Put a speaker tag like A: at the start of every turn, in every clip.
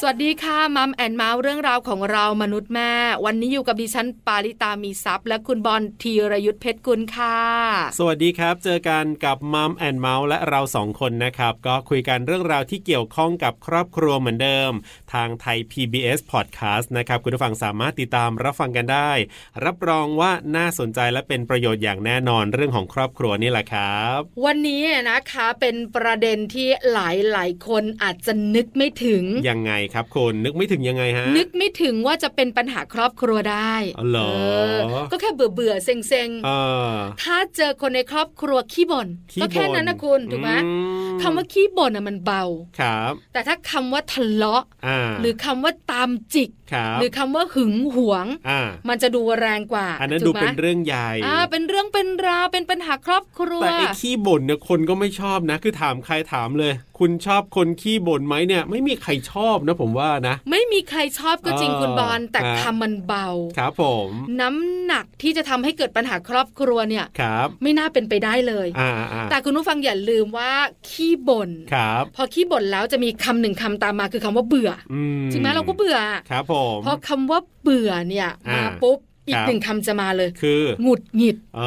A: สวัสดีค่ะมัมแอนเมาส์เรื่องราวของเรามนุษย์แม่ วันนี้อยู่กับดิฉันปาริตามีซัพย์ และคุณบอลธีรยุทธเพชรกุลค่ะ
B: สวัสดีครับ เจอกันกับมัมแอนเมาส์และเราสองคนนะครับ ก็คุยกันเรื่องราวที่เกี่ยวข้องกับครอบครัวเหมือนเดิม ทางไทย PBS Podcast นะครับ คุณผู้ฟังสามารถติดตามรับฟังกันได้ รับรองว่าน่าสนใจและเป็นประโยชน์อย่างแน่นอนเรื่องของครอบครัวนี่แหละครับ
A: วันนี้นะคะเป็นประเด็นที่หลายหลายๆคนอาจจะนึกไม่ถึง
B: ยังไงครับคุณนึกไม่ถึงยังไงฮะ
A: นึกไม่ถึงว่าจะเป็นปัญหาครอบครัวได้
B: อ๋อเหรอ
A: อก็แค่เบื่อเบื่อๆเซ็งเซ็งๆ
B: เออ
A: ถ้าเจอคนในครอบครัวขี้บ่น
B: ขี้
A: ก็แค่
B: บ่น
A: นั้นนะคุณถูกไหม
B: อืม
A: คำว่าขี้บ่นอ่ะมันเบา
B: ครับ
A: แต่ถ้าคำว่าทะเลาะ
B: อ่า
A: หรือคำว่าตามจิก
B: ครับ
A: หรือคำว่าหึงหวง
B: อ่า
A: มันจะดูแรงกว่า
B: อันนั้น
A: ถู
B: ดู
A: กไหม
B: เป็นเรื่องใหญ่
A: อ่าเป็นเรื่องเป็นราวเป็นปัญหาครอบครัว
B: แต่ไอ้ขี้บ่นเนี่ยคนก็ไม่ชอบนะ คือถามใครถามเลย คุณชอบคนขี้บ่นไหมเนี่ย ไม่มีใครชอบนะผมว่านะ
A: ไม่มีใครชอบก็จริง
B: เออ
A: คุณบอลแต่
B: ฮะ
A: คำมันเบา
B: ครับผม
A: น้ำหนักที่จะทำให้เกิดปัญหาครอบครัวเนี่ย
B: ครับ
A: ไม่น่าเป็นไปได้เลย
B: อ่าอ่า
A: แต่คุณผู้ฟังอย่าลืมว่าขี้บ่น
B: ครับ
A: พอขี้บ่นแล้วจะมีคำหนึ่งคำตามมาคือคำว่าเบื่อ
B: อืม
A: จริงไหมเราก็เบื่อ
B: ครับผม
A: พอคำว่าเบื่อเนี่ย
B: อ่าม
A: มาปุ๊บอี
B: ค
A: ก
B: รับ
A: หนึ่งคำจะมาเลย
B: คือ
A: หงุดหงิด
B: เอ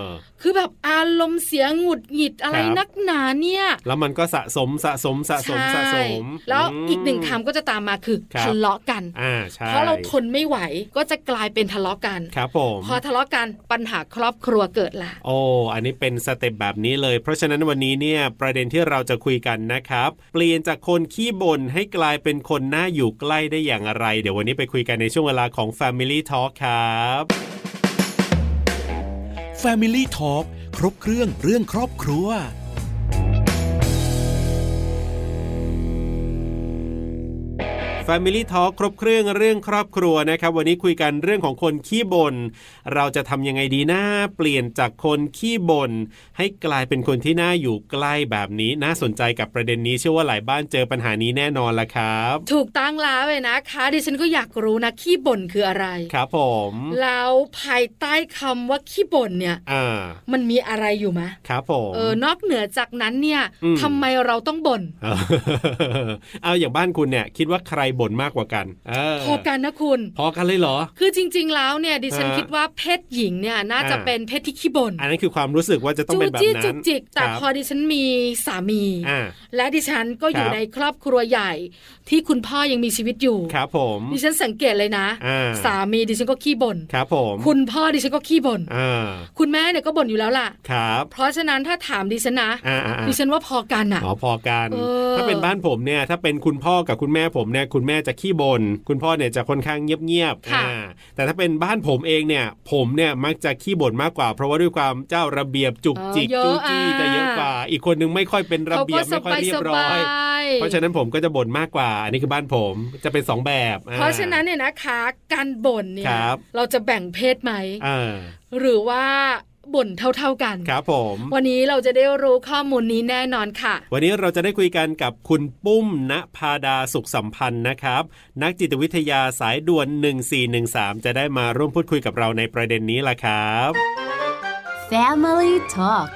B: อ
A: คือแบบอารมณ์เสียหงุดหงิดอะไร
B: ครับ
A: นักหนาเนี่ย
B: แล้วมันก็สะสมสะสมสะสมสะส
A: ใช่
B: ม
A: แล้ว
B: ม
A: อีกหนึ่งคำก็จะตามมาคือ
B: ครับ
A: ทะเลาะกัน
B: อ่าใช่
A: เพราะเราทนไม่ไหวก็จะกลายเป็นทะเลาะกัน
B: ครับผม
A: พอทะเลาะกันปัญหาครอบครัวเกิดละ
B: โอ้ อันนี้เป็นสเต็ปแบบนี้เลย เพราะฉะนั้นวันนี้เนี่ยประเด็นที่เราจะคุยกันนะครับ เปลี่ยนจากคนขี้บ่นให้กลายเป็นคนน่าอยู่ใกล้ได้อย่างไร เดี๋ยววันนี้ไปคุยกันในช่วงเวลาของ Family Talk ครับ
C: Family Talk ครบเครื่องเรื่องครอบครัว
B: Family Talk ครบเครื่องเรื่องครอบครัวนะครับ วันนี้คุยกันเรื่องของคนขี้บ่นเราจะทำยังไงดีนะเปลี่ยนจากคนขี้บ่นให้กลายเป็นคนที่น่าอยู่ใกล้แบบนี้ น่าสนใจกับประเด็นนี้เชื่อว่าหลายบ้านเจอปัญหานี้แน่นอนละครับ
A: ถูกตั้งแล้วเลยนะคะดิฉันก็อยากรู้นะขี้บ่นคืออะไร
B: ครับผม
A: แล้วภายใต้คำว่าขี้บ่นเนี่ย
B: อ่า
A: มันมีอะไรอยู่มะ
B: ครับผม
A: เออนอกเหนือจากนั้นเนี่ย
B: อืม
A: ทำไมเราต้องบ่น
B: เออ เอาอย่างบ้านคุณเนี่ย คิดว่าใครบ่นมากกว่ากันเออ
A: พอกันนะคุณ
B: พอกันเลยเหรอ
A: คือจริง ๆ แล้วเนี่ยดิฉัน
B: ฮะ
A: คิดว่าเพศหญิงเนี่ยน่าจะ
B: อ่า
A: เป็นเพศที่ขี้บ่น
B: อันนั้นคือความรู้สึกว่าจะต้อง
A: จู
B: เป็นแบบ
A: จี้
B: นั้
A: จุ
B: น
A: กจิกแต่
B: ครับ
A: พอดิฉันมีสามี
B: อ่า
A: และดิฉันก็อยู่
B: ครับ
A: ในครอบครัวใหญ่ ที่คุณพ่อยังมีชีวิตอยู่
B: ครับผม
A: ดิฉันสังเกตเลยนะ
B: อ่า
A: สามีดิฉันก็ขี้บ่น
B: ครับผม
A: คุณพ่อดิฉันก็ขี้บ่น
B: อ่า
A: คุณแม่เนี่ยก็บ่นอยู่แล้วล่ะ
B: ครับ
A: เพราะฉะนั้นถ้าถามดิฉันนะ
B: อ่าอ่าอ่า
A: ดิฉันว่าพอกันอ่ะ
B: อ๋อพอกัน
A: เออ
B: ถ้าเป็นบ้านผมเนี่ย ถ้าเป็นคุณพ่อกับคุณแม่ผมเนี่ย คุณแม่จะขี้บน่นคุณพ่อเนี่ยจะค่อนข้างเงียบๆ
A: ค่ะ
B: อ่าแต่ถ้าเป็นบ้านผมเองเนี่ย ผมเนี่ยมักจะขี้บ่นมากกว่า เพราะว่าด้วยความเจ้าระเบียบจุกจิกจู้จี้จะเยอะกว่า อีกคนนึงไม่ค่อยเป็นระ
A: เขา
B: เบีย
A: ก็
B: บ
A: ส
B: ไม่ค่อย
A: บาย
B: เรีย
A: ส
B: บร้อบ
A: าย ย
B: เพราะฉะนั้นผมก็จะบ่นมากกว่า อันนี้คือบ้านผมจะเป็นสองแบบอ่
A: เพราะฉะนั้นเนี่ยนะคะการบ่นเนี่
B: ค
A: ย
B: รับ
A: เราจะแบ่งเพศไหม
B: อ่า
A: หรือว่าบ่นเท่าๆกัน
B: ครับผม
A: วันนี้เราจะได้รู้ข้อมูลนี้แน่นอนค่ะ
B: วันนี้เราจะได้คุยกันกับคุณปุ้มณพาดาสุขสัมพันธ์นะครับ นักจิตวิทยาสายด่วน 1413 จะได้มาร่วมพูดคุยกับเราในประเด็นนี้ล่ะครับ
D: Family Talk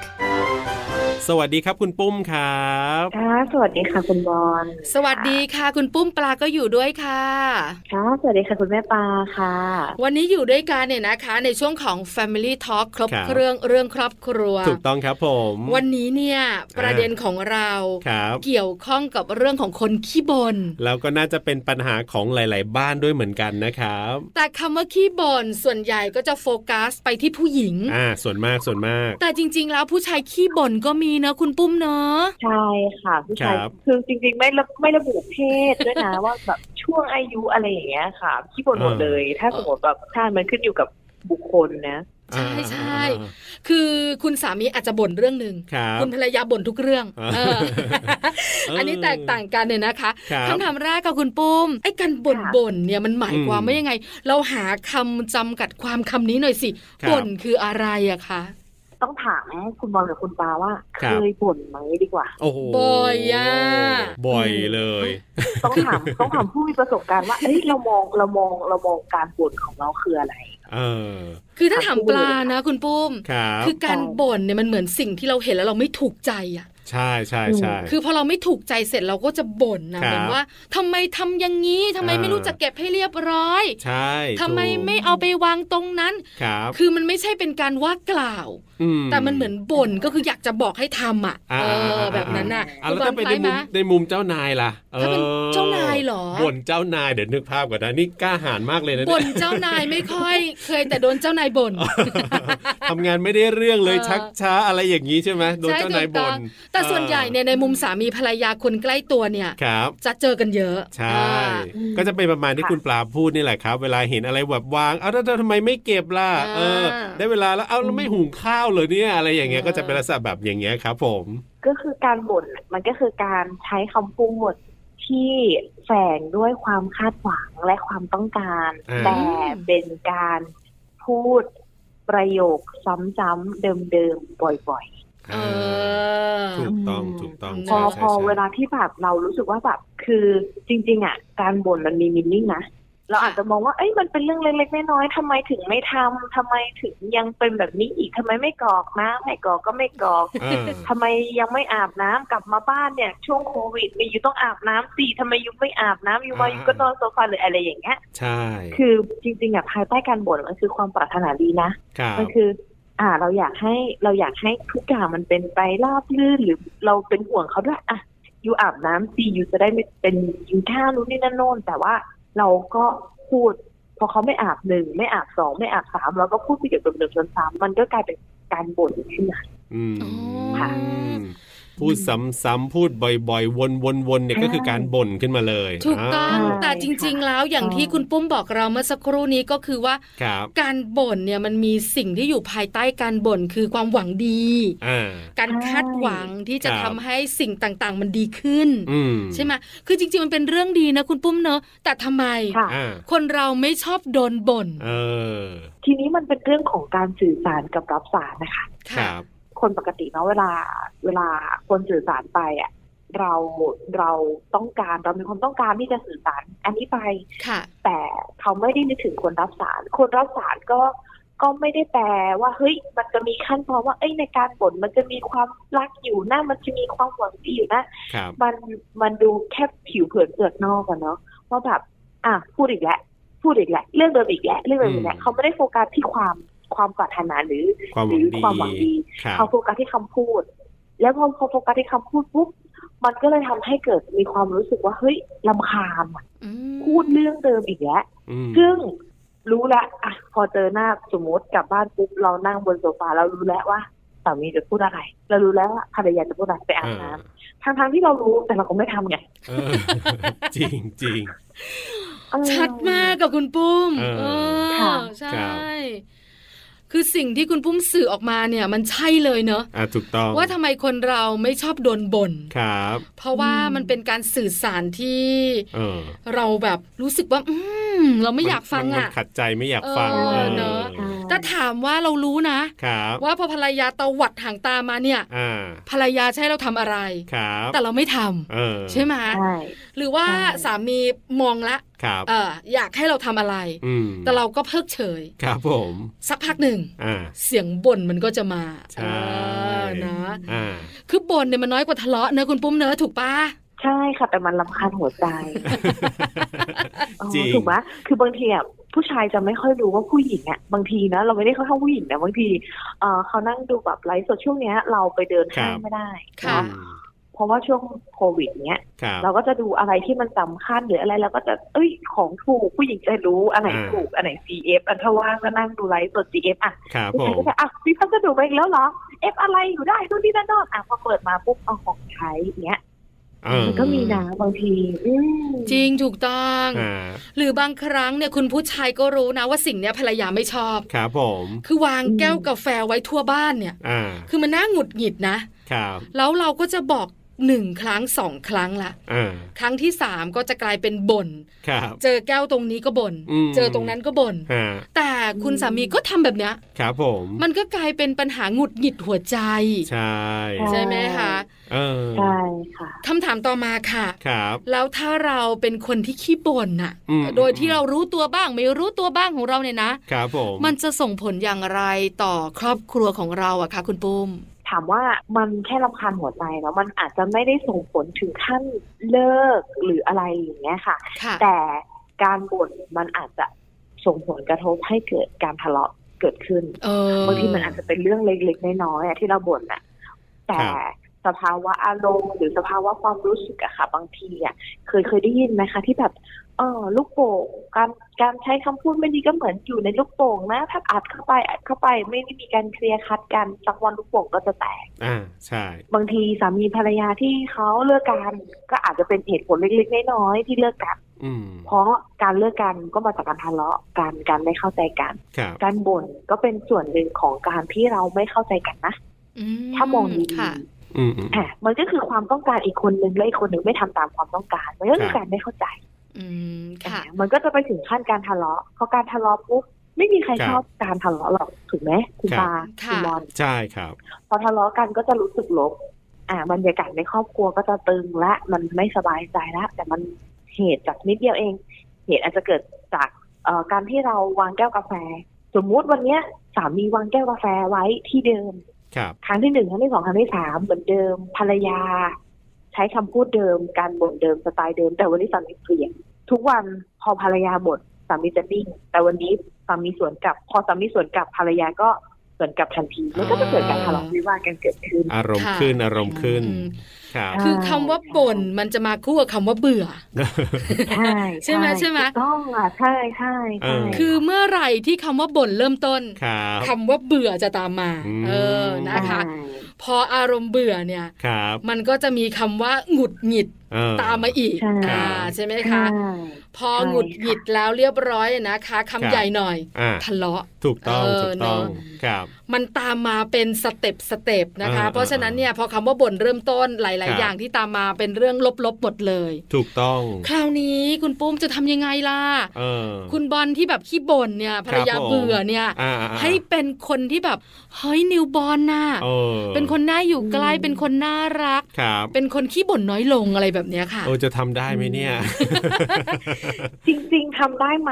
B: สวัสดีครับคุณปุ้มครับ
E: ค่ะสวัสดีค่ะคุณบอล
A: สวัสดีค่ะ คุณปุ้มปลาก็อยู่ด้วยค่ะ
E: ค่ะสวัสดีค่ะคุณแม่ปลาค่ะ
A: วันนี้อยู่ด้วยกันเนี่ยนะคะ ในช่วงของ Family Talk ครบ
B: ครับ
A: เครื่องเรื่องครอบครัว
B: ถูกต้องครับผม
A: วันนี้เนี่ยประเด็นของเรา
B: ครับ
A: เกี่ยวข้องกับเรื่องของคนขี้บน่น
B: แล้วก็น่าจะเป็นปัญหาของหลาย ๆ บ้านด้วยเหมือนกันนะครับ
A: แต่คำว่าขี้บ่นส่วนใหญ่ก็จะโฟกัสไปที่ผู้หญิง
B: อ่าส่วนมากส่วนมาก
A: แต่จริง ๆ แล้วผู้ชายขี้บ่นก็มีเนอะคุณปุ้มเนอะ
E: ใช่ค่ะผู้ชาย
B: ครับ
E: คือจริงๆไม่ระไม่ระบุเพศด้วยนะ ว่าแบบช่วงอายุอะไรอย่างเงี้ยค่ะที่บ่นหมดเลย ถ้าสมมติแบบถ้ามันขึ้นอยู่กับบุคคลนะ
A: ใช่ใช่
B: อ่า
A: คือคุณสามีอาจจะบ่นเรื่องหนึ่ง
B: ครับ
A: คุณภรรยาบ่นทุกเรื่อง
B: อ่า
A: เออ
B: เอออั
A: อันนี้แตกต่างกันเนี่ยนะคะ
B: ครับ
A: ถามแรกกับคุณปุ้มไอ้การบ่น
E: ค่ะ
A: บ่นเนี่ยมันหมายความ
B: อืม
A: ว่ายังไง เราหาคำจำกัดความคำนี้หน่อยสิ
B: ครับ
A: บ่นคืออะไรอะคะ
E: ต้องถามคุณบอลกับคุณปลาว่า
B: ค
E: เครับ ยบ่นไหมดีกว่า
B: โอ้โห
A: บ่อยอะ
B: บ่อยเลย
E: ต้องถาม ต้องถามผู้มีประสบการณ์ว่าเอ้ยเรามองเรามองเรามองการบ่นของเราคืออะไร
B: เออ
A: คือถ้าถามปลานะ คุณปุ้ม
B: ครับ
A: คือการบ่นเนี่ยมันเหมือนสิ่งที่เราเห็นแล้วเราไม่ถูกใจอ่ะ
B: ใช่ใช่ใช่
A: คือพอเราไม่ถูกใจเสร็จเราก็จะบ่นนะครับ เหมือนว่าทำไมทำอย่างนี้ทำไม
B: อ่า
A: ไม่รู้จักเก็บให้เรียบร้อย
B: ใช่
A: ทำไม
B: ถูก
A: ไม่เอาไปวางตรงนั้น
B: ครับ
A: คือมันไม่ใช่เป็นการว่ากล่าว
B: อื
A: แต่มันเหมือนบ่นก็คืออยากจะบอกให้ทำอ่ะ
B: า
A: เออแบบนั้นน่ะ
B: อ่าแล้ว
A: คุณบอล
B: ถ้าไป
A: ค
B: ใน
A: ล้าย
B: มุม
A: มะ
B: ในมุมเจ้านายล่ะ
A: ถ้าเป็นเจ้านายเหรอ
B: บ่นเจ้านายเดี๋ยวนึกภาพก่อนนะนี่กล้าหาญมากเลยนะเย
A: บ่นเจ้านายไม่ค่อย เคยแต่โดนเจ้านายบ่น
B: ทำงานไม่ได้เรื่องเลย
A: เออ
B: ชักช้าอะไรอย่างนี้ใช่ไหมโดน
A: ใช่
B: เจ้า
A: ถู
B: นาย
A: กต้
B: บ่
A: อน งแต่ส่วนใหญ่เนี่ยในมุมสามีภรรยาคนใกล้ตัวเนี่ย
B: ครับ
A: จะเจอกันเยอะ
B: ใช่
A: อ่า
B: ก็จะเป็นประมาณที่คุณปลาพูดนี่แหละครับ เวลาเห็นอะไรแบบวาง เอ้าแล้วแล้วทำไมไม่เก็บล่ะ เออ
A: อ่า
B: ได้เวลาแล้ว เอ้าแล้วไม่หุงข้าวเลยเนี่ย อะไรอย่างเงี้ย ก็จะเป็นลักษณะแบบอย่างเงี้ยครับ ผม
E: ก็คือการบ่นน่ะมันก็คือการใช้คำพูดที่แฝงด้วยความคาดหวังและความต้องการ
B: อ่า
E: แต่เป็นการพูดประโยคซ้ำๆเดิมๆบ่อย
A: เออ
B: ถูกต้อง ถูกต้อง
A: อืม
E: ๆ พ
B: ใช่
E: อ
B: ใช่
E: พอ
B: ใช่
E: เวลาที่แบบเรารู้สึกว่าแบบคือจริง ๆ อ่ะ การบ่นมันมีมินนิ่งนะเราอาจจะมองว่าเอ้ยมันเป็นเรื่องเล็กๆน้อยๆทำไมถึงไม่ทำทำไมถึงยังเป็นแบบนี้อีกทำไมไม่กรอกนะไม่กรอกก็ไม่กรอก
B: เอ อ
E: ทำไมยังไม่อาบน้ำกลับมาบ้านเนี่ย ช่วงโควิดมีอยู่ต้องอาบน้ำสิทำไมยูไม่อาบน้ำยูมา
B: อ่า
E: ยูก็นอนโซฟาหรืออะไรอย่างเงี้ย
B: ใช่
E: คือจริงๆอ่ะภายใต้การบ่นมันคือความปรารถนาดีนะครับ มันคือ อ่าเราอยากให้เราอยากให้ทุกอย่างมันเป็นไปราบรื่นหรือเราเป็นห่วงเขาด้วยอ่ะยูอาบน้ำสิยูจะได้ไม่เป็นกินข้าวรู้นี่นั่นโน่นแต่ว่าเราก็พูด พอเขาไม่อาบหนึ่งไม่อาบสองไม่อาบสามเราก็พูดไปเกี่ยวกับเดิมซ้ำๆมันก็กลายเป็นการบ่นขึ้นมา
B: อืม
A: อ๋อ
B: พูดซ้ำๆพูดบ่อยๆ วนๆๆเนี่ยก็คือการบ่นขึ้นมาเลย
A: ถูกต้อง
B: า
A: แต่จริง ๆ แล้วอย่าง
E: ค่ะ
A: ที่คุณปุ้มบอกเราเมื่อสักครู่นี้ก็คือว่า
B: ครับ
A: การบ่นเนี่ยมันมีสิ่งที่อยู่ภายใต้การบ่นคือความหวังดี
B: อ่า
A: การคาดหวังที่จะ
B: ครั
A: ทำ
B: บ
A: ให้สิ่งต่างๆ มันดีขึ้น
B: อืม
A: ใช่ไหมคือจริง ๆ มันเป็นเรื่องดีนะ คุณปุ้มเนอะแต่ทำไม
E: ค่ะ
B: อ่า
A: คนเราไม่ชอบโดนบ่น
B: เออ
E: ทีนี้มันเป็นเรื่องของการสื่อสารกับรับสารนะคะ
B: ครับ
E: คนปกติเนาะเวลาเวลาคนสื่อสารไปอ่ะเราเราต้องการเรามีความต้องการที่จะสื่อสาร อันนี้ไป
A: ค่ะ
E: แต่เขาไม่ได้นึกถึงคนรับสาร คนรับสารก็ก็ไม่ได้แปลว่าเฮ้ยมันจะมีขั้นตอนว่าเอ้ยในการบ่นมันจะมีความรักอยู่นะมันจะมีความหวังดีอยู่นะ
B: ครับ
E: มันมันดูแค่ผิวเผินเปลือกนอกอะเนาะว่าแบบอ่ะพูดอีกแล้วพูดอีกแล้วเรื่องเดิมอีกแล้วเรื่องเดิมอีกแล้ว
B: อืม
E: เขาไม่ได้โฟกัสที่ความความปรารถนาหรือ
B: ความ
E: ห
B: ห
E: รื
B: วังดี
E: ความหวังดี
B: ครับ
E: เขาโฟกัสที่คำพูด แล้วพอเขาโฟกัสที่คำพูดปุ๊บมันก็เลยทำให้เกิดมีความรู้สึกว่าเฮ้ยลำคาญอะ
A: อืม
E: พูดเรื่องเดิมอีกแล้ว
B: อืม
E: ซึ่งรู้และอ่ะพอเจอหน้าสมมติกลับบ้านปุ๊บเรานั่งบนโซฟาเรารู้แล้วว่าสามีจะพูดอะไร เรารู้แล้วว่าภรรยาจะพูดอะไรไปอาบน้ำ ทางทางๆที่เรารู้แต่เราก็ไม่ทำไง
B: เออ จริงจริง
E: เออ
A: ชัดมากกับคุณปุ้ม
B: เออ
A: เอ
E: ค่ะ
A: อใช่
B: ครับ
A: คือสิ่งที่คุณปุ้มสื่อออกมาเนี่ย มันใช่เลยเนอะ
B: อ่ะถูกต้อง
A: ว่าทำไมคนเราไม่ชอบโดนบ่น
B: ครับ
A: เพราะว่ามันเป็นการสื่อสารที่
B: เออ
A: เราแบบรู้สึกว่า อืมเราไม่อยากฟัง
B: มันมัน
A: อ่ะ
B: ขัดใจไม่อยากฟัง
A: เออ
B: ออ
A: เนอะ
E: ใช่
A: แต่ถามว่าเรารู้นะ
B: ครับ
A: ว่าพอภรรยาตวัดหางตามาเนี่ย
B: อ่า
A: ภรรยาจะใช้เราทำอะไร
B: ครับ
A: แต่เราไม่ทำ
B: เออ
A: ใช่ไหม
E: ใช่
A: หรือว่า
E: ใช่
A: สามีมองละ
B: ครับ
A: เอออยากให้เราทำอะไร
B: อืม
A: แต่เราก็เพิกเฉย
B: ครับผม
A: สักพักหนึ่ง
B: อ่า
A: เสียงบ่นมันก็จะมา
B: ใช่
A: เออนะ
B: อ่า
A: คือบ่นเนี่ยมันน้อยกว่าทะเลาะเนอะคุณปุ้มเนอะถูกปะ
E: ใช่ค่ะ แต่มันลำคาญหัวใจเออ
B: จริง
E: ถูกไหมคือบางทีอ่ะผู้ชายจะไม่ค่อยรู้ว่าผู้หญิงอ่ะบางทีนะเราไม่ได้เข้าข้างผู้หญิงนะบางทีเออเขานั่งดูแบบไลฟ์สดช่วงเนี้ย เราไปเดินห้า
B: ค
E: ง
B: รับ
E: ไม่ได้
A: ค่ะ
B: อื
E: นะ
B: ม
E: เพราะว่าช่วงโควิดเนี้ย
B: ครับ
E: เราก็จะดูอะไรที่มันสำคัญหรืออะไรเราก็จะเอ้ยของถูกผู้หญิงจะรู้อันไหนถูกอันไหน CF อันถ้าว่างก็นั่งดูไลฟ์สด CF อ่ะ
B: ครับ
E: ผู้
B: ผ
E: ชาย
B: ม
E: ก็จะอ่ะมีพัสดุมาอีกแล้วเหรอ เอฟอะไรอยู่ได้นู่นนี่นั่นโนอนอ่ะพอเปิดมาปุ๊บเอาของใช้อย่างเงี้ย
B: เออ
E: มันก็มีนะบางทีอืม
A: จริงถูกต้อง
B: อ่า
A: หรือบางครั้งเนี่ยคุณผู้ชายก็รู้นะว่าสิ่งเนี้ยภรรยาไม่ชอบ
B: ครับผม
A: คือวางแก้วกาแฟไว้ทั่วบ้านเนี่ย
B: อ่า
A: คือมันน่าหงุดหงิดนะ
B: ครับ
A: แล้วเราก็จะบอกหนึ่งครั้งสองครั้งละ
B: อ่า
A: ครั้งที่สามก็จะกลายเป็นบ่น
B: ครับ
A: เจอแก้วตรงนี้ก็บน่น
B: อืม
A: เจอตรงนั้นก็บน่น
B: อ่า
A: แต่คุณสามีก็ทำแบบเนี้ย
B: ครับผม
A: มันก็กลายเป็นปัญหาหงุดหงิดหัวใจ
B: ใช่
A: ใช่ไหมคะ
B: เ เออ
E: ใช่ค่ะ
A: คำถามต่อมาค่ะ
B: ครับ
A: แล้วถ้าเราเป็นคนที่ขี้บ่นน่ะ
B: อืม
A: โดยที่เรารู้ตัวบ้างไม่รู้ตัวบ้างของเราเนี่ยนะ
B: ครับผม
A: มันจะส่งผลอย่างไรต่อครอบครัวของเราอะคะคุณปุ้ม
E: ถามว่ามันแค่รำคาญหัวใจแล้วมันอาจจะไม่ได้ส่งผลถึงขั้นเลิกหรืออะไรอย่างเงี้ยค่ะ
A: ค่ะ
E: แต่การบ่นมันอาจจะส่งผลกระทบให้เกิดการทะเลาะเกิดขึ้น
A: เออบ
E: างทีมันอาจจะเป็นเรื่องเล็กๆ น้อยๆอะที่เราบ่นอะแต่สภาวะอารมณ์หรือสภาวะความรู้สึกอะค่ะ บางทีอะเคยเคยได้ยินไหมคะที่แบบเออลูกโป่งการการใช้คำพูดไม่ดีก็เหมือนอยู่ในลูกโป่งนะ ถ้าอัดเข้าไปอัดเข้าไปไม่ได้มีการเคลียร์คัดกันสักวันลูกโป่งก็จะแตก
B: อ่าใช่
E: บางทีสามีภรรยาที่เขาเลิกกันก็อาจจะเป็นเหตุผลเล็กๆ น้อยๆที่เลิกกัน
B: อืม
E: เพราะการเลิกกันก็มาจากการทะเลาะกันการไม่เข้าใจกัน
B: ครับ
E: การบ่นก็เป็นส่วนหนึ่งของการที่เราไม่เข้าใจกันนะ ถ้ามองดีๆ
A: ค่ะ
B: อืมอืม
E: อ่ะมันก็คือความต้องการอีกคนนึงและอีกคนนึงไม่ทำตามความต้องการ มันก็คื
B: ค
E: อ
B: รับ
E: การไม่เข้าใจ
A: อืมค่ะ
E: อ่ะมันก็จะไปถึงขั้นการทะเลาะพอการทะเลาะปุ๊บไม่มีใคร
B: ครับ
E: ชอบการทะเลาะหรอกถูกไหมคุณ
B: ครับ
E: ตาคุณ
A: ค่ะ
E: บอล
B: ใช่ครับ
E: พอทะเลาะกันก็จะรู้สึกลบอ่าบรรยากาศในครอบครัวก็จะตึงและมันไม่สบายใจละแต่มันเหตุจากนิดเดียวเอง เหตุอาจจะเกิดจากเอ่อการที่เราวางแก้วกาแฟ สมมุติวันเนี้ยสามีวางแก้วกาแฟไว้ที่เดิม
B: ครับ
E: ครั้งที่หนึ่งครั้งที่สองครั้งที่สามเหมือนเดิมภรรยา ใช้คำพูดเดิม การบ่นเดิมสไตล์เดิม แต่วันนี้สามีเปลี่ยนทุกวันพอภรรยาบ่นสามีจะนิ่ง แต่วันนี้สามีสวนกลับ พอสามีสวนกลับภรรยาก็สวนกลับทันทีมันก็จะเกิดการทะเลาะวิวาทกันเกิดขึ้น
B: อารมณ์
A: ค่ะ
B: ขึ้นอารมณ์ขึ้น
A: อืม
B: ครับ
E: อ่า
A: คือคำว่าบ่นมันจะมาคู่กับคำว่าเบื่อ
E: ใช่
A: ใช่ไหมใช่ไหม
E: ถูกต้องอ่ะใช่ใช่
B: เอ
E: ใช่
B: อ
A: คือเมื่อไหร่ที่คำว่าบ่นเริ่มต้น
B: ครับ
A: คำว่าเบื่อจะตามมา
B: อืม
A: เออนะคะ
E: ใช่
A: พออารมณ์เบื่อเนี่ย
B: ครับ
A: มันก็จะมีคำว่าหงุดหงิด
B: เออ
A: ตามมาอีก
E: ใช่
A: อ่าใช่ไหมคะ
E: ใช่
A: พอหงุดหงิดแล้วเรียบร้อยนะคะคำ
B: ครับ
A: ใหญ่หน่อย
B: อ่า
A: ทะเลาะ
B: ถูกต้อง
A: เออ
B: ถูกต้อง
A: เนอะ
B: ครับ
A: มันตามมาเป็นสเต็ปสเต็ปนะคะ
B: อ่า
A: เพราะฉะนั้นเนี่ยพอคำว่าบ่นเริ่มต้นห
B: ครั
A: ลาย
B: บ
A: ๆ อย่างที่ตามมาเป็นเรื่องลบๆหมดเลย
B: ถูกต้อง
A: คราวนี้คุณปุ้มจะทำยังไงล่ะ
B: เออ
A: คุณบอลที่แบบขี้บ่นเนี่ยภรรยา
B: ครับผม
A: เบื่อเนี่ย
B: อ่าอ่าอ่า
A: ให้เป็นคนที่แบบเฮ้ยนิวบอลน่ะ
B: เออ
A: เป็นคนน่าอยู่ใกล้
E: อืม
A: เป็นคนน่ารัก
B: ครับ
A: เป็นคนขี้บ่นน้อยลงอะไรแบบเนี้ยค่ะ
B: เออจะทำได้ไหมเนี่ย
E: จริง ๆทำได้ไหม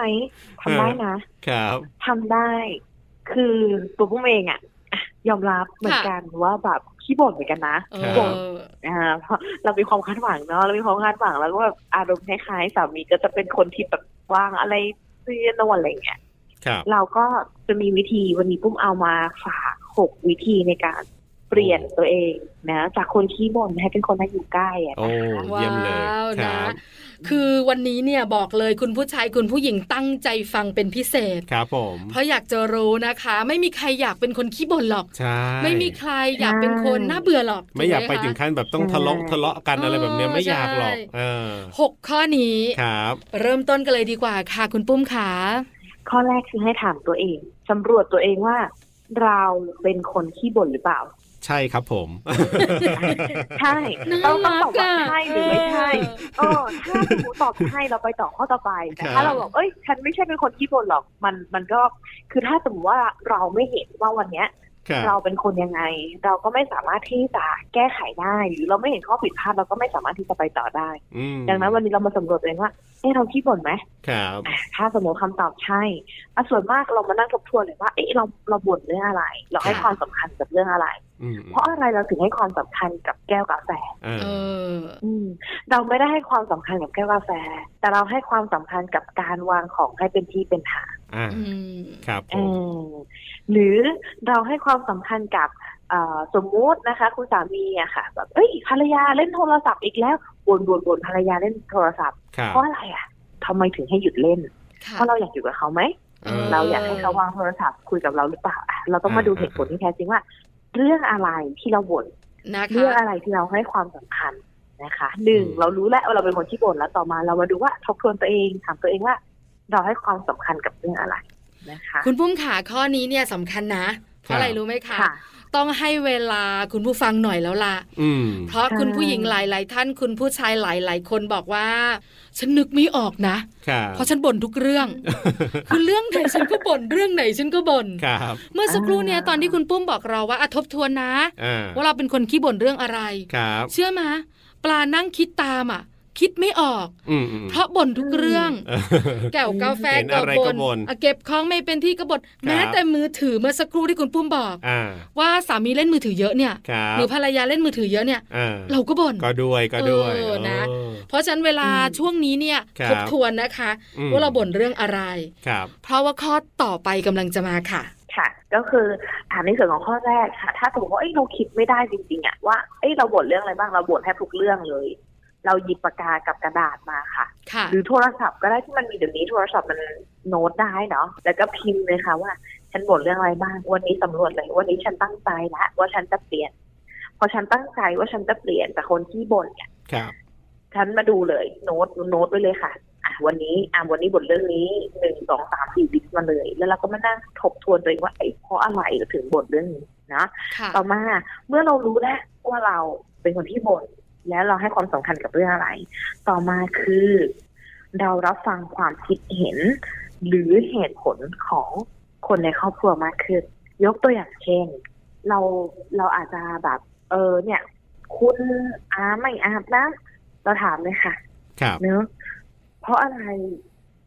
E: ทำได้นะ
B: ครับ
E: ทำได้ คือตัวผมเองอะอ่ะยอมรับเหมือนกันว่าแบบขี้บ่นเหมือนกันนะ
A: เอ
B: ครับ
A: อ
E: อ่าเพราะเรามีความคาดหวังเนาะเรามีความคาดหวังแล้วก็แบบอารมณ์คล้ายๆสามีก็จะเป็นคนที่แบบวางอะไรเสื้อนวลอะไรอย่างเงี้ย
B: ครับ
E: เราก็จะมีวิธีวันนี้ปุ้มเอามาฝากหกวิธีในการเปลี่ยนตัวเองนะจากคนขี้บ่นให้เป็นคนน่าอยู่ใกล้อะ
B: โอ้
E: นะคะ
B: เยี่ยมเลย
A: ว้าว
B: ค
A: นะ
B: รับ
A: คือวันนี้เนี่ยบอกเลยคุณผู้ชายคุณผู้หญิงตั้งใจฟังเป็นพิเศษ
B: ครับผม
A: เพราะอยากจะรู้นะคะ ไม่มีใครอยากเป็นคนขี้บ่นหรอก
B: ใช่
A: ไม่มีใครอยากเป็นคนน่าเบื่อหรอก
B: ไม่อยากไป
A: จ
B: ถึ
A: ริ
B: ง
A: หมคะ
B: ขั้นแบบต้องทะเลาะ
E: ใช่
B: ทะเลาะกันอะไรแบบเนี้ย
A: เออ
B: ไม่อยากหรอก
A: ใช่
B: เออ
A: หกข้อนี้
B: ครับ
A: เริ่มต้นกันเลยดีกว่าค่ะ คุณปุ้มขา
E: ข้อแรกคือให้ถามตัวเองสำรวจตัวเองว่า เราเป็นคนขี้บ่นหรือเปล่า
B: ใช่ครับผม
E: ใช่
A: น่า
E: ต้องต้องตอบ
A: รั
E: ว่าก
A: อะ
E: ใช่หรือไม่ใช่
A: เออ
E: เออถ้าสมมติตอบใช่เราไปต่อข้อต่อไปแต่ถ้าเราบอกเอ้ย ฉันไม่ใช่เป็นคนขี้บ่นหรอกมันมันก็คือถ้าสมมติว่าเราไม่เห็นว่าวันเนี้ย
B: ครั
E: เรา
B: บ
E: เป็นคนยังไง เราก็ไม่สามารถที่จะแก้ไขได้ หรือเราไม่เห็นข้อผิดพลาดเราก็ไม่สามารถที่จะไปต่อได้
B: อืม
E: ดังนั้นวันนี้เรามาสำรวจตัวเองว่าเอ้เราขี้บ่นไหม
B: ครับ
E: อ่ะถ้าสมมติคำตอบใช่อ่ะส่วนมากเรามานั่งทบทวนเลยว่าเอ้เราเราบ่นเรื่องอะไร เราให้
B: ค่ะ
E: ความสำคัญกับเรื่องอะไร
B: อืม
E: เพราะอะไรเราถึงให้ความสำคัญกับแก้วกาแฟ
B: เอ
A: เอ
B: อ
A: อ
E: อืมเราไม่ได้ให้ความสำคัญกับแก้วกาแฟ แต่เราให้ความสำคัญกับการวางของให้เป็นที่เป็นทาง
B: อ่า
A: อืม
B: ครับผ
E: เอ
B: ม
E: อหรือเราให้ความสำคัญกับเอ่อสมมุตินะคะ คุณสามีอะค่ะแบบเอ้ยภรรยาเล่นโทรศัพท์อีกแล้วบ่นบ่นบ่นภรรยาเล่นโทรศัพท์
B: ครับ
E: เพราะอะไรอะทำไมถึงให้หยุดเล่น
A: ค่ะ
E: เพราะเราอยากอยู่กับเขาไหม
B: เออ
E: เราอยากให้เขาวางโทรศัพท์คุยกับเราหรือเปล่าอะเราต้องมา
B: อ่า
E: ดูเหตุผลที่แท้จริงว่า เรื่องอะไรที่เราบ่น
A: นะ
E: เรื่อง
A: คะ
E: อะไรที่เราให้ความสำคัญนะคะหนึ่ง
B: อืม
E: เรารู้แล้วว่าเราเป็นคนที่บ่นแล้วต่อมาเรามาดูว่าทบทวนตัวเองถามตัวเองว่า เราให้ความสำคัญกับเรื่องอะไรนะคะ
A: คุณปุ้มขาข้อนี้เนี่ยสำคัญนะ เพราะอะไรรู้ไหมคะ
E: ค่ะ
A: ต้องให้เวลาคุณผู้ฟังหน่อยแล้วล่ะ
B: อืม
A: เพราะ
E: ใช่
A: คุณผู้หญิงหลาย ๆ ท่านคุณผู้ชายหลาย ๆ คนบอกว่า ฉันนึกไม่ออกนะ
B: ครับ
A: เพราะฉันบ่นทุกเรื่อง คือเรื่องไหนฉันก็บ่นเรื่องไหนฉันก็บ่น
B: ครับ
A: เมื่อสักครู่เนี่ยตอนที่คุณปุ้มบอกเราว่าอะทบทวนนะ
B: อ่า
A: ว่าเราเป็นคนขี้บ่นเรื่องอะไร
B: ครับ
A: เชื่อมะปลานั่งคิดตามอ่ะ คิดไม่ออก
B: อืมอืม
A: เพราะบ่นทุกเรื่อง
B: เออ
A: แก้วกาแฟ
B: เห็นอะไรก็บ่น
A: อ่ะเก็บของไม่เป็นที่ก็บ่นแม้
B: ครับ
A: แต่มือถือเมื่อสักครู่ที่คุณปุ้มบอก
B: อ่า
A: ว่าสามีเล่นมือถือเยอะเนี่ย
B: ครับ
A: หรือภรรยาเล่นมือถือเยอะเนี่ย
B: อ่า
A: เราก็บ่น
B: ก็ด้วยก็ด้วย
A: เออนะ
B: เออ
A: เพราะฉะนั้นเวลา
E: อืม
A: ช่วงนี้เนี่ย
B: ครับ
A: ทบทวนนะคะ
B: อืม
A: ว่าเราบ่นเรื่องอะไร
B: ครับ
A: เพราะว่าข้อต่อไปกำลังจะมาค่ะ
E: ค่ะ ก็คืออ่าในส่วนของข้อแรกค่ะ ถ้าสมมติว่าเอ้ยเราคิดไม่ได้จริงๆอะว่าเอ้ยเราบ่นเรื่องอะไรบ้างเราบ่นแทบทุกเรื่องเลย เราหยิบปากกากับกระดาษมาค่ะ
A: ค่ะ
E: หรือโทรศัพท์ก็ได้ที่มันมีเดี๋ยวนี้โทรศัพท์มันโน้ตได้เนาะแล้วก็พิมพ์เลยค่ะว่า ฉันบ่นเรื่องอะไรบ้าง วันนี้สำรวจเลยวันนี้ฉันตั้งใจละว่าฉันจะเปลี่ยน พอฉันตั้งใจว่าฉันจะเปลี่ยนแต่คนที่บ่นเนี่ย
B: ครับ
E: ฉันมาดูเลยโน้ตโน้ตไว้เลยค่ะอ่ะ วันนี้อ่ะวันนี้บทเรื่องนี้หนึ่งสองสามสี่ลิสต์มาเลย แล้วเราก็มานั่งทบทวนตัวเองว่าไอ้ยเพราะอะไรเราถึงบ่นเรื่องนี้นะ
A: ค่ะ
E: ต่อมาเมื่อเรารู้แล้วว่าเราเป็นคนที่บ่นและเราให้ความสำคัญกับเรื่องอะไร ต่อมาคือ เรารับฟังความคิดเห็น หรือเหตุผลของคนในครอบครัวมากขึ้นยกตัวอย่างเช่น เราเราอาจจะแบบ เออเนี่ย คุณอาไม่อาบน้ำเราถามเลยค่ะ
B: ครับ
E: เนอะเพราะอะไร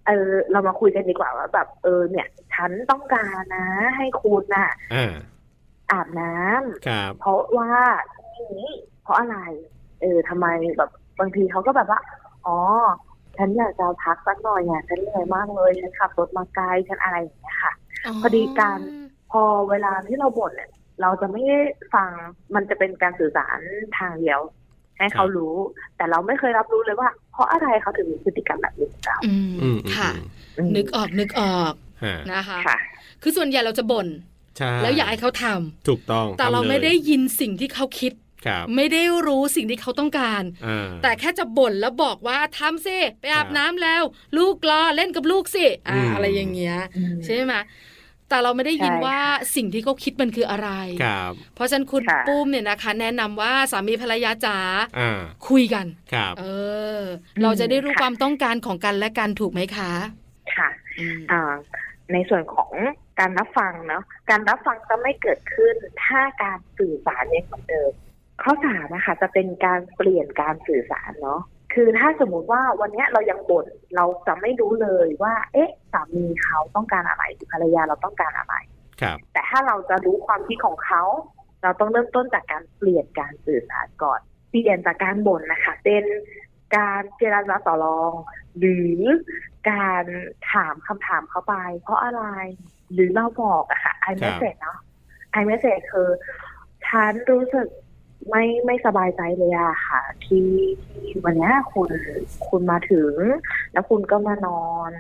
E: เออ เรามาคุยกันดีกว่าว่าแบบ เออ เนี่ย ฉันต้องการนะ ให้คุณน่ะ
B: อ่า
E: อาบน้ำ
B: ครับ
E: เพราะว่าที่นี้เพราะอะไร เออทำไมแบบบางทีเขาก็แบบว่า อ๋อ ฉันอยากจะพักสักหน่อยเนี่ยฉันเหนื่อยมากเลย ฉันขับรถมาไกลฉันอะไรอย่างเงี้ยค่ะ พอดีการ พอเวลาที่เราบ่นเนี่ย เราจะไม่ได้ฟังมันจะเป็นการสื่อสารทางเดียว ให้เขา
B: ครับ
E: รู้ แต่เราไม่เคยรับรู้เลยว่า เพราะอะไรเขาถึงมีพฤติกรรมแบบนี้กับเรา
A: อืม
B: อืมอืม
A: ค่ะ
B: อืม
E: อืม
A: นึกออกนึกออก
B: ฮะ
A: นะคะ
E: ค่ะ
A: คือส่วนใหญ่เราจะบ่น
B: ใช่
A: แล้วอยากให้เขาทำ
B: ถูกต้อง
A: แต่เรา
B: ทำลย
A: ไม่ได้ยินสิ่งที่เขาคิด
B: ครับ
A: ไม่ได้รู้สิ่งที่เขาต้องการ
B: อ่า
A: แต่แค่จะบ่นแล้วบอกว่าทำสิไปอาบ
B: ครับ
A: น้ำแล้ว ลูกรอเล่นกับลูกสิอ่า
B: อืม
A: อะไรอย่างเงี้ย ใช่ไหมแต่เราไม่ได้ยิน
E: ใช่
A: ว่าสิ่งที่เขาคิดมันคืออะไร
B: ครับ
A: เพราะฉะนั้นคุณ
E: ค่ะ
A: ปุ้มเนี่ยนะคะ แนะนำว่าสามีภรรยาจ๋า
B: อ่า
A: คุยกัน
B: ครับ
A: เออ เราจะได้รู้ความต้องการของกันและกันถูกไหมคะ
E: ค่ะ
A: อืม
E: อ่าในส่วนของการรับฟังเนาะการรับฟังจะไม่เกิดขึ้นถ้าการสื่อสารยังเหมือนเดิมข้อสามนะคะจะเป็นการเปลี่ยนการสื่อสารเนาะคือถ้าสมมุติว่าวันเนี้ยเรายังบ่นเราจะไม่รู้เลยว่า เอ๊ะสามีเขาต้องการอะไรหรือภรรยาเราต้องการอะไร
B: ครับ
E: แต่ถ้าเราจะรู้ความคิดของเขา เราต้องเริ่มต้นจากการเปลี่ยนการสื่อสารก่อน เปลี่ยนจากการบ่นนะคะ เป็นการเจรจาต่อรอง หรือการถามคำถามเขาไป เพราะอะไร หรือเราบอกอะค่ะไอเมสเซจเนาะไอเมสเซจคือ ฉันรู้สึกไม่ไม่สบายใจเลยอะค่ะ ที่ที่วันเนี้ยคุณคุณมาถึง แล้วคุณก็มานอน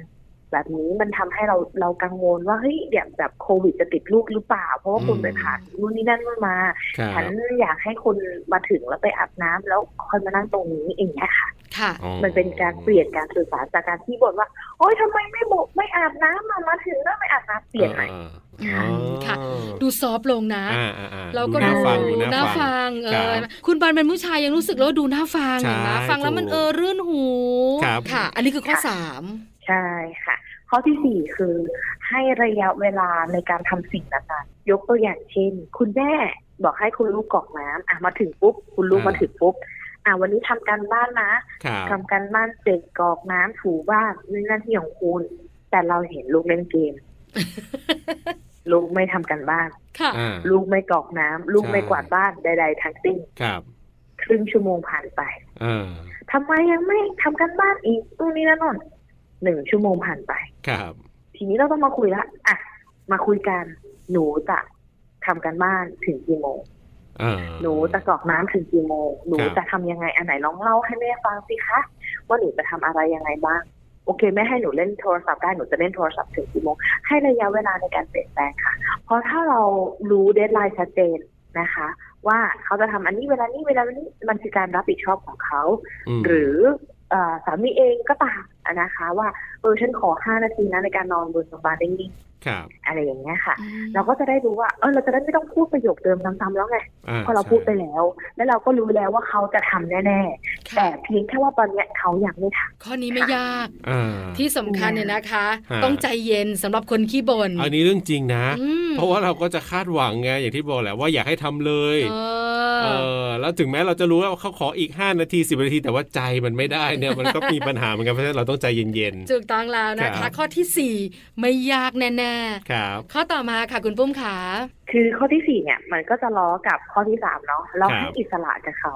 E: แบบนี้มันทำให้เราเรากังวลว่าเฮ้ยเดี๋ยวแบบโควิดจะติดลูกหรือเปล่า เพราะว่าคุณ
B: อืม
E: ไปผ่านนู่นนี่นั่นนู่นมา
B: ครั
E: ฉัน
B: บ
E: อยากให้คุณมาถึงแล้วไปอาบน้ำแล้วค่อยมานั่งตรงนี้อย่างเงี้ยค่ะ
A: ค่ะ
B: อ๋อ
E: มันเป็นการเปลี่ยนการสื่อสารจากการที่บ่นว่า โอ๊ยทำไมไม่บอกไม่อาบน้ำมามาถึงแล้วไม่อาบน้ำเปลี่ยนใหม่
B: ออ
A: อื
B: อ
A: มค่ะ
B: อ
A: ดูซอฟต์ลงนะ
B: อ่าอ่าอ่า
A: เราก็
B: ดูน่า
A: ดู
B: ฟังดู
A: น่า
B: น่าฟั
A: ฟั
B: ง
A: งเอ
B: ครับ
A: อคุณบอลเป็นผู้ชายยังรู้สึกแล้วาดูน่าฟัง
B: ใช่
A: นะฟังแล้วมัน
B: ถูก
A: เออรื่นหู
B: ครับ
A: ค่ะ อันนี้คือข้อ
E: ค่ะ
A: สาม
E: ใช่ค่ะ ข้อที่สี่คือให้ระยะเวลาในการทำสิ่งนั้นๆยกตัวอย่างเช่น คุณแม่บอกให้คุณลูกกรอกน้ำอ่ะมาถึงปุ๊บ คุณลูก
B: อ่าม
E: มาถึงปุ๊บ อ่ะวันนี้ทำการบ้านนะ
B: ครับ
E: ทำการบ้านเสร็จกรอกน้ำถูบ้านนี่หน้าที่ของคุณ แต่เราเห็นลูกเล่นเก ม ลูกไม่ทำการบ้าน
A: ค่ะ
B: อ่า
E: ลูกไม่กรอกน้ำลูก
B: ใช่
E: ไม่กวาดบ้านใด ๆ ทั้งสิ้น
B: ครับ
E: ครึ่งชั่วโมงผ่านไป
B: เออ
E: ทำไมยังไม่ทำการบ้านอีกนู่นนี่นั่นนู่นหนึ่งชั่วโมงผ่านไป
B: ครับ
E: ทีนี้เราต้องมาคุยละอ่ะมาคุยกันหนูจะทำการบ้านถึงกี่โมง
B: เออ
E: หนูจะกรอกน้ำถึงกี่โมง หนู
B: ครับ
E: จะทำยังไง อันไหนลองเล่าให้แม่ฟังสิคะ ว่าหนูจะทำอะไรยังไงบ้าง โอเคแม่ให้หนูเล่นโทรศัพท์ได้หนูจะเล่นโทรศัพท์ถึงกี่โมง ให้ระยะเวลาในการเปลี่ยนแปลงค่ะ เพราะถ้าเรารู้เดทไลน์ชัดเจนนะคะ ว่าเขาจะทำอันนี้เวลานี้เวลานี้มันคือการรับผิดชอบของเขา
B: ม
E: หรือ เอ่อสามีเองก็ตามอะนะคะว่าเออฉันขอห้านาทีนะในการนอนบนโซฟาได้นิ่ง
B: ครับ
E: อะไรอย่างเงี้ยค่ะ
A: อืม
E: เราก็จะได้รู้ว่าเออเราจะได้ไม่ต้องพูดประโยคเดิมซ้ำๆแล้วไงเพราะเราพูดไปแล้ว แล้วเราก็รู้แล้วว่าเขาจะทำแน่ๆ แต่
A: ค่ะ
E: เพียงแค่ว่าตอนเนี้ยเขายังไม่ท
A: ข้อนี้ไม่ยาก
B: อ่า
A: ที่สำคัญเนี่ยนะคะ
B: ฮะ
A: ต้องใจเย็นสำหรับคนขี้บ่น
B: อันนี้เรื่องจริงนะ
A: อืม
B: เพราะว่าเราก็จะคาดหวังไงอย่างที่บอกแหละว่าอยากให้ทำเลย
A: เอ
B: เอ
A: อ
B: อแล้วถึงแม้เราจะรู้ว่าเขาขออีก 5 นาที 10 นาที แต่ว่าใจมันไม่ได้เนี่ยมันก็มีปัญหาเหมือนกันเพราะฉะนั้นเราต้องใจเย็น
A: ถูกต้องแล้วนะ
B: ครั
A: คะ
B: บ
A: ข้อที่สี่ไม่ยากแน่
B: ๆครับ
A: ๆข้อต่อมาค่ะคุณปุ้มขา
E: ำคือข้อที่สี่เนี่ยมันก็จะล้อกับข้อที่สามเนาะเรา
B: ค
E: ให้
B: รับ
E: อิสระกับเขา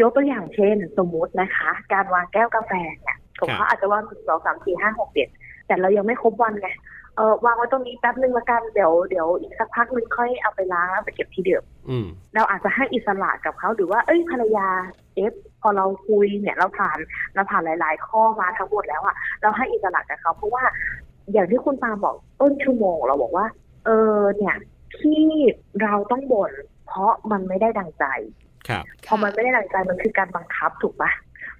E: ยกตัวอย่างเช่น สมมตินะคะ การวางแก้วกาแฟเนี่ยของ
B: ครั
E: เขา
B: บ
E: อาจจะวางหนึ่งสองสามสี่ห้าหกเจ็ดแต่เรายังไม่ครบวันไงเออวางไว้ตรงนี้แป๊บนึงละกันเดี๋ยวเดี๋ยวอีกสักพักนึงค่อยเอาไปล้างแล้วไปเก็บที่เดิม
B: อืม
E: เราอาจจะให้อิสระกับเขาหรือว่าเอ้ยภรรยาเอฟพอเราคุยเนี่ยเราผ่านเราผ่านหลาย ๆ ข้อมาทั้งหมดแล้วอะเราให้อิสระกับเขาเพราะว่าอย่างที่คุณปาบอกต้นชั่วโมงเราบอกว่า เออเนี่ยที่เราต้องบ่นเพราะมันไม่ได้ดังใจ
B: ครับ
E: พอมันไม่ได้ดังใจมันคือการบังคับถูกปะ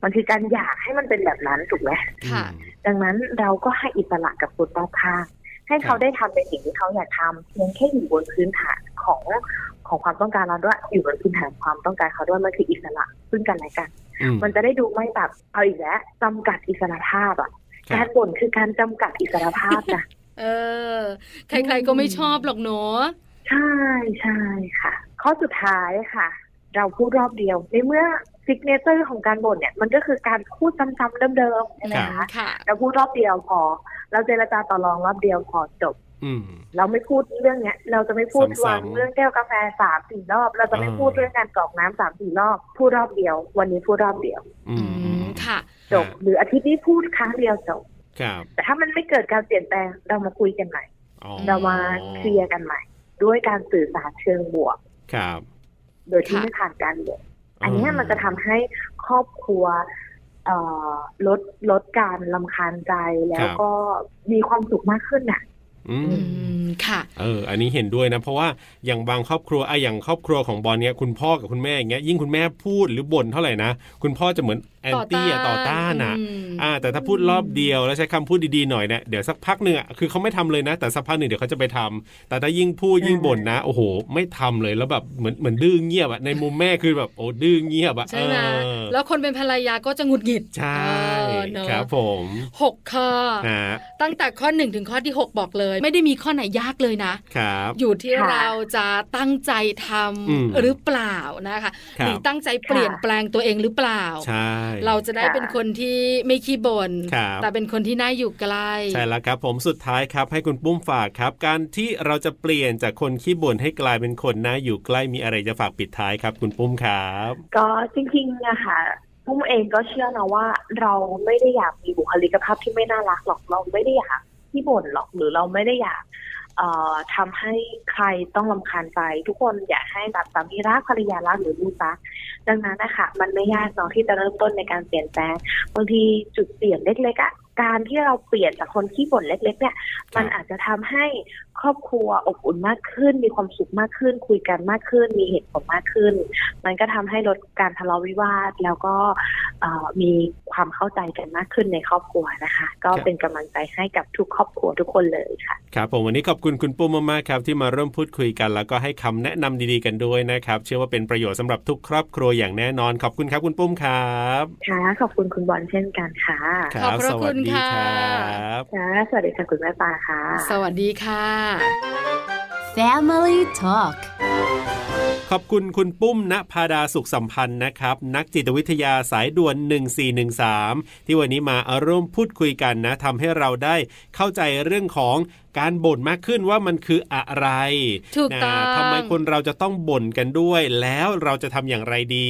E: มันคือการอยากให้มันเป็นแบบนั้นถูกไหม
A: ค่ะ
B: อืม
E: ดังนั้นเราก็ให้อิสระกับคนรอบข้างให้เขา
B: ครับ
E: ได้ทำในสิ่งที่เขาอยากทำเพียงแค่อยู่บนพื้นฐานของของความต้องการเราด้วยอยู่บนพื้นฐานความต้องการเขาด้วยมันคืออิสระซึ่งกันและกัน
B: อื
E: มันจะได้ดูไม่แบบเอาอีกแล้วจำกัดอิสระภาพอ่ะการ
B: คั
E: ร
B: บ
E: บ่นคือการจำกัดอิสระภาพนะ
A: เออ ใครๆก็ไม่ชอบหรอกเนาะ
E: ใช่ใช่ค่ะ ข้อสุดท้ายค่ะ เราพูดรอบเดียว ในเมื่อซิกเนเจอร์ของการบ่นเนี่ย มันก็คือการพูดซ้ำๆเดิมๆใช่ไหมคะ
A: ค่ะ
E: เราพูดรอบเดียวพอ เราเจรจาต่อรองรอบเดียวพอจบ
B: อืม
E: เราไม่พูดเรื่องเนี้ย เราจะไม่พูด
B: ซ้ำๆ
E: วางเรื่องแก้วกาแฟสามสี่รอบ เราจะไม่
B: อ่า
E: พูดเรื่องการกรอกน้ำสามสี่รอบพูดรอบเดียว วันนี้พูดรอบเดียว
B: อื
A: อื
B: มอื
A: ม
B: ม
A: ค่ะ
E: จบ หรืออาทิตย์นี้พูดครั้งเดียวจบ
B: ครับ
E: แต่ถ้ามันไม่เกิดการเปลี่ยนแปลงเรามาคุยกันใหม่
B: อ๋อ
E: เรามาเคลียร์กันใหม่ ด้วยการสื่อสารเชิงบวก
B: ครับ
E: โดยที่
A: ค่ะ
E: ไม่ผ่านการบ่น อันเนี้ยมันจะทำให้ครอบครัวเอ่อลดลดการลำคาญใจแล้วก็มีความสุขมากขึ้นน่ะ
B: อื
A: อื
B: ม
A: มค่ะ
B: เออ อันนี้เห็นด้วยนะ เพราะว่าอย่างบางครอบครัวไอะอย่างครอบครัวของบอลเนี้ยคุณพ่อกับคุณแม่อย่างเงี้ยยิ่งคุณแม่พูดหรือบ่นเท่าไหร่นะ คุณพ่อจะเหมือนแอนตี้อะต่อต้านอะ
A: ม
B: อ่า แต่ถ้าพูดรอบเดียวแล้วใช้คำพูดดีๆหน่อยเนี่ยเดี๋ยวสักพักหนึ่งอะคือเขาไม่ทำเลยนะ แต่สักพักหนึ่งเดี๋ยวเขาจะไปทำแต่ถ้ายิ่งพูดยิ่งบ่นนะโอ้โห ไม่ทำเลยแล้วแบบเหมือนเหมือนดื้อเงียบอะในมุมแม่คือแบบโอ้ดื้อเงียบอะ
A: ใช่ไหม
B: เออ
A: แล้วคนเป็นภรรยาก็จะหงุดหงิด
B: ใช่
A: เออเนอะ
B: ครับผม
A: หกข้อ
B: นะ
A: ตั้งแต่ข้อหนึ่งถึงข้อที่หกบอกเลย ไม่ได้มีข้อไหนยากเลยนะ
B: ครับ
A: อยู่ที่
E: ค่ะ
A: เราจะตั้งใจทำ
B: อืม
A: หรือเปล่านะคะ
B: ครั
A: ห
B: บ
A: รือตั้งใจเปลี่ยน
E: ค่ะ
A: แปลงตัวเองหรือเปล่า
B: ใช่
A: เราจะได้
E: ค่ะ
A: เป็นคนที่ไม่ขี้บ่น
B: ครับ
A: แต่เป็นคนที่น่าอยู่ใกล้
B: ใช่แล้วครับผมสุดท้ายครับให้คุณปุ้มฝากครับ การที่เราจะเปลี่ยนจากคนขี้บ่นให้กลายเป็นคนน่าอยู่ใกล้มีอะไรจะฝากปิดท้ายครับ คุณปุ้มครับ
E: ก็จริงๆนะคะพุ่มเองก็เชื่อนะว่า เราไม่ได้อยากมีบุคลิกภาพที่ไม่น่ารักหรอกเราไม่ได้อยากที่บ่นหรอกหรือเราไม่ได้อยากเอ่อทำให้ใครต้องลำคาญใจทุกคนอยากให้แบบสามีรักภรรยารักหรือลูกรักดังนั้นนะคะมันไม่ยากเนาะที่จะเริ่มต้นในการเปลี่ยนแปลงบางทีจุดเปลี่ยนเล็กๆอะการที่เราเปลี่ยนจากคนที่บ่นเล็ก ๆ เนี่ย มันอาจจะทำให้ครอบครัวอบอุ่นมากขึ้น มีความสุขมากขึ้น คุยกันมากขึ้น มีเหตุผลมากขึ้น มันก็ทำให้ลดการทะเลาะวิวาท แล้วก็เอ่อมีความเข้าใจกันมากขึ้นในครอบครัวนะคะ ก็เป็นกำลังใจให้กับทุกครอบครัวทุกคนเลยค่ะ
B: ครับ ผมวันนี้ขอบคุณคุณปุ้มมากๆครับที่มาร่วมพูดคุยกัน แล้วก็ให้คำแนะนำดีๆกันด้วยนะครับ เชื่อว่าเป็นประโยชน์สำหรับทุกครอบครัวอย่างแน่นอน ขอบคุณครับคุณปุ้มครับ
E: ค่ะ ขอบคุณคุณบอลเช่นกันค่ะ
A: ขอบพระ
B: สวัส
A: คุณ
B: ดี
A: ค่ะ
B: ครับ
E: ค่ะสวัสดีค่ะคุณแม่ปลาค่ะ
A: สวัสดีค่ะ
D: Family Talk
B: ขอบคุณคุณปุ้มณภาดาสุขสัมพันธ์นะครับ นักจิตวิทยาสายด่วน 1413 ที่วันนี้มาอาร่วมพูดคุยกันนะทำให้เราได้เข้าใจเรื่องของการบ่นมากขึ้นว่ามันคืออะไร
A: ถูกต้อง
B: นะทำไมคนเราจะต้องบ่นกันด้วย แล้วเราจะทำอย่างไรดี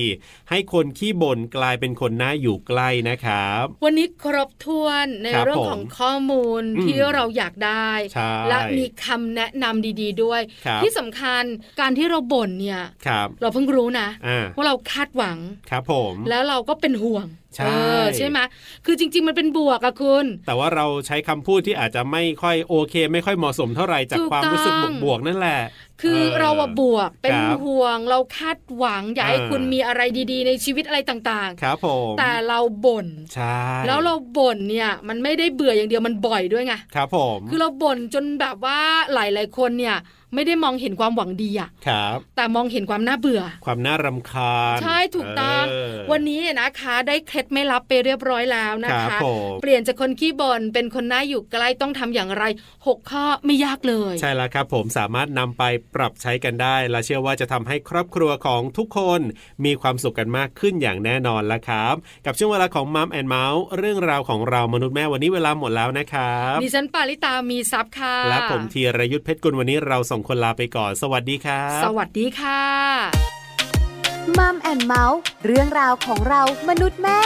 B: ให้คนขี้บ่นกลายเป็นคนน่าอยู่ใกล้นะครับ
A: วันนี้ครบถ้วนใน
B: ครับ
A: เรื่อง
B: ผม
A: ของข้อมูล
B: อืม
A: ที่เราอยากได้
B: ใช่
A: และมีคำแนะนำดีๆด้วย
B: ครับ
A: ที่สำคัญการที่เราบ่นเนี่ย
B: ครับ
A: เราเพิ่งรู้นะ
B: อ่า
A: ว่าเราคาดหวัง
B: ครับผม
A: แล้วเราก็เป็นห่วง
B: ใช่
A: เออใช่ไหมคือจริง ๆ มันเป็นบวกอะคุณ
B: แต่ว่าเราใช้คำพูดที่อาจจะไม่ค่อยโอเค ไม่ค่อยเหมาะสมเท่าไหร่จาก
A: ถูก
B: ความรู้สึก
A: ต้อง
B: บวกๆนั่นแหละ
A: คือเราอะบวกเป็น
B: ครับ
A: ห่วงเราคาดหวังอยากให้
B: เออ
A: คุณมีอะไรดีๆ ในชีวิตอะไรต่าง
B: ครับผม
A: ๆ แต่เราบ่น
B: ใช่
A: แล้วเราบ่นเนี่ยมันไม่ได้เบื่ออย่างเดียวมันบ่อยด้วยไง
B: ครับผม
A: คือเราบ่นจนแบบว่าหลายๆคนเนี่ยไม่ได้มองเห็นความหวังดีอะ
B: ครับ
A: แต่มองเห็นความน่าเบื่อ
B: ความน่ารำคาญ
A: ใช่ถูกต้อง
B: เออ
A: วันนี้นะคะได้เคล็ดไม่ลับไปเรียบร้อยแล้วนะ
B: ครั
A: คะ
B: บผม
A: เปลี่ยนจากคนขี้บ่นเป็นคนน่าอยู่ใกล้ต้องทำอย่างไร 6 ข้อไม่ยากเลย
B: ใช่แล้วครับผมสามารถนำไปปรับใช้กันได้ และเชื่อว่าจะทำให้ครอบครัวของทุกคนมีความสุขกันมากขึ้นอย่างแน่นอนละครับ กับช่วงเวลาของมัมแอนเมาส์เรื่องราวของเรามนุษย์แม่วันนี้เวลาหมดแล้วนะครับ
A: ดิฉันปาริตามีซับค่ะ
B: และผมธีรยุทธเพชรกุลวันนี้เราส่งคนลาไปก่อน สวัสดีครับ
A: สวัสดีค่ะ
D: มัมแอนเมาส์เรื่องราวของเรามนุษย์แม่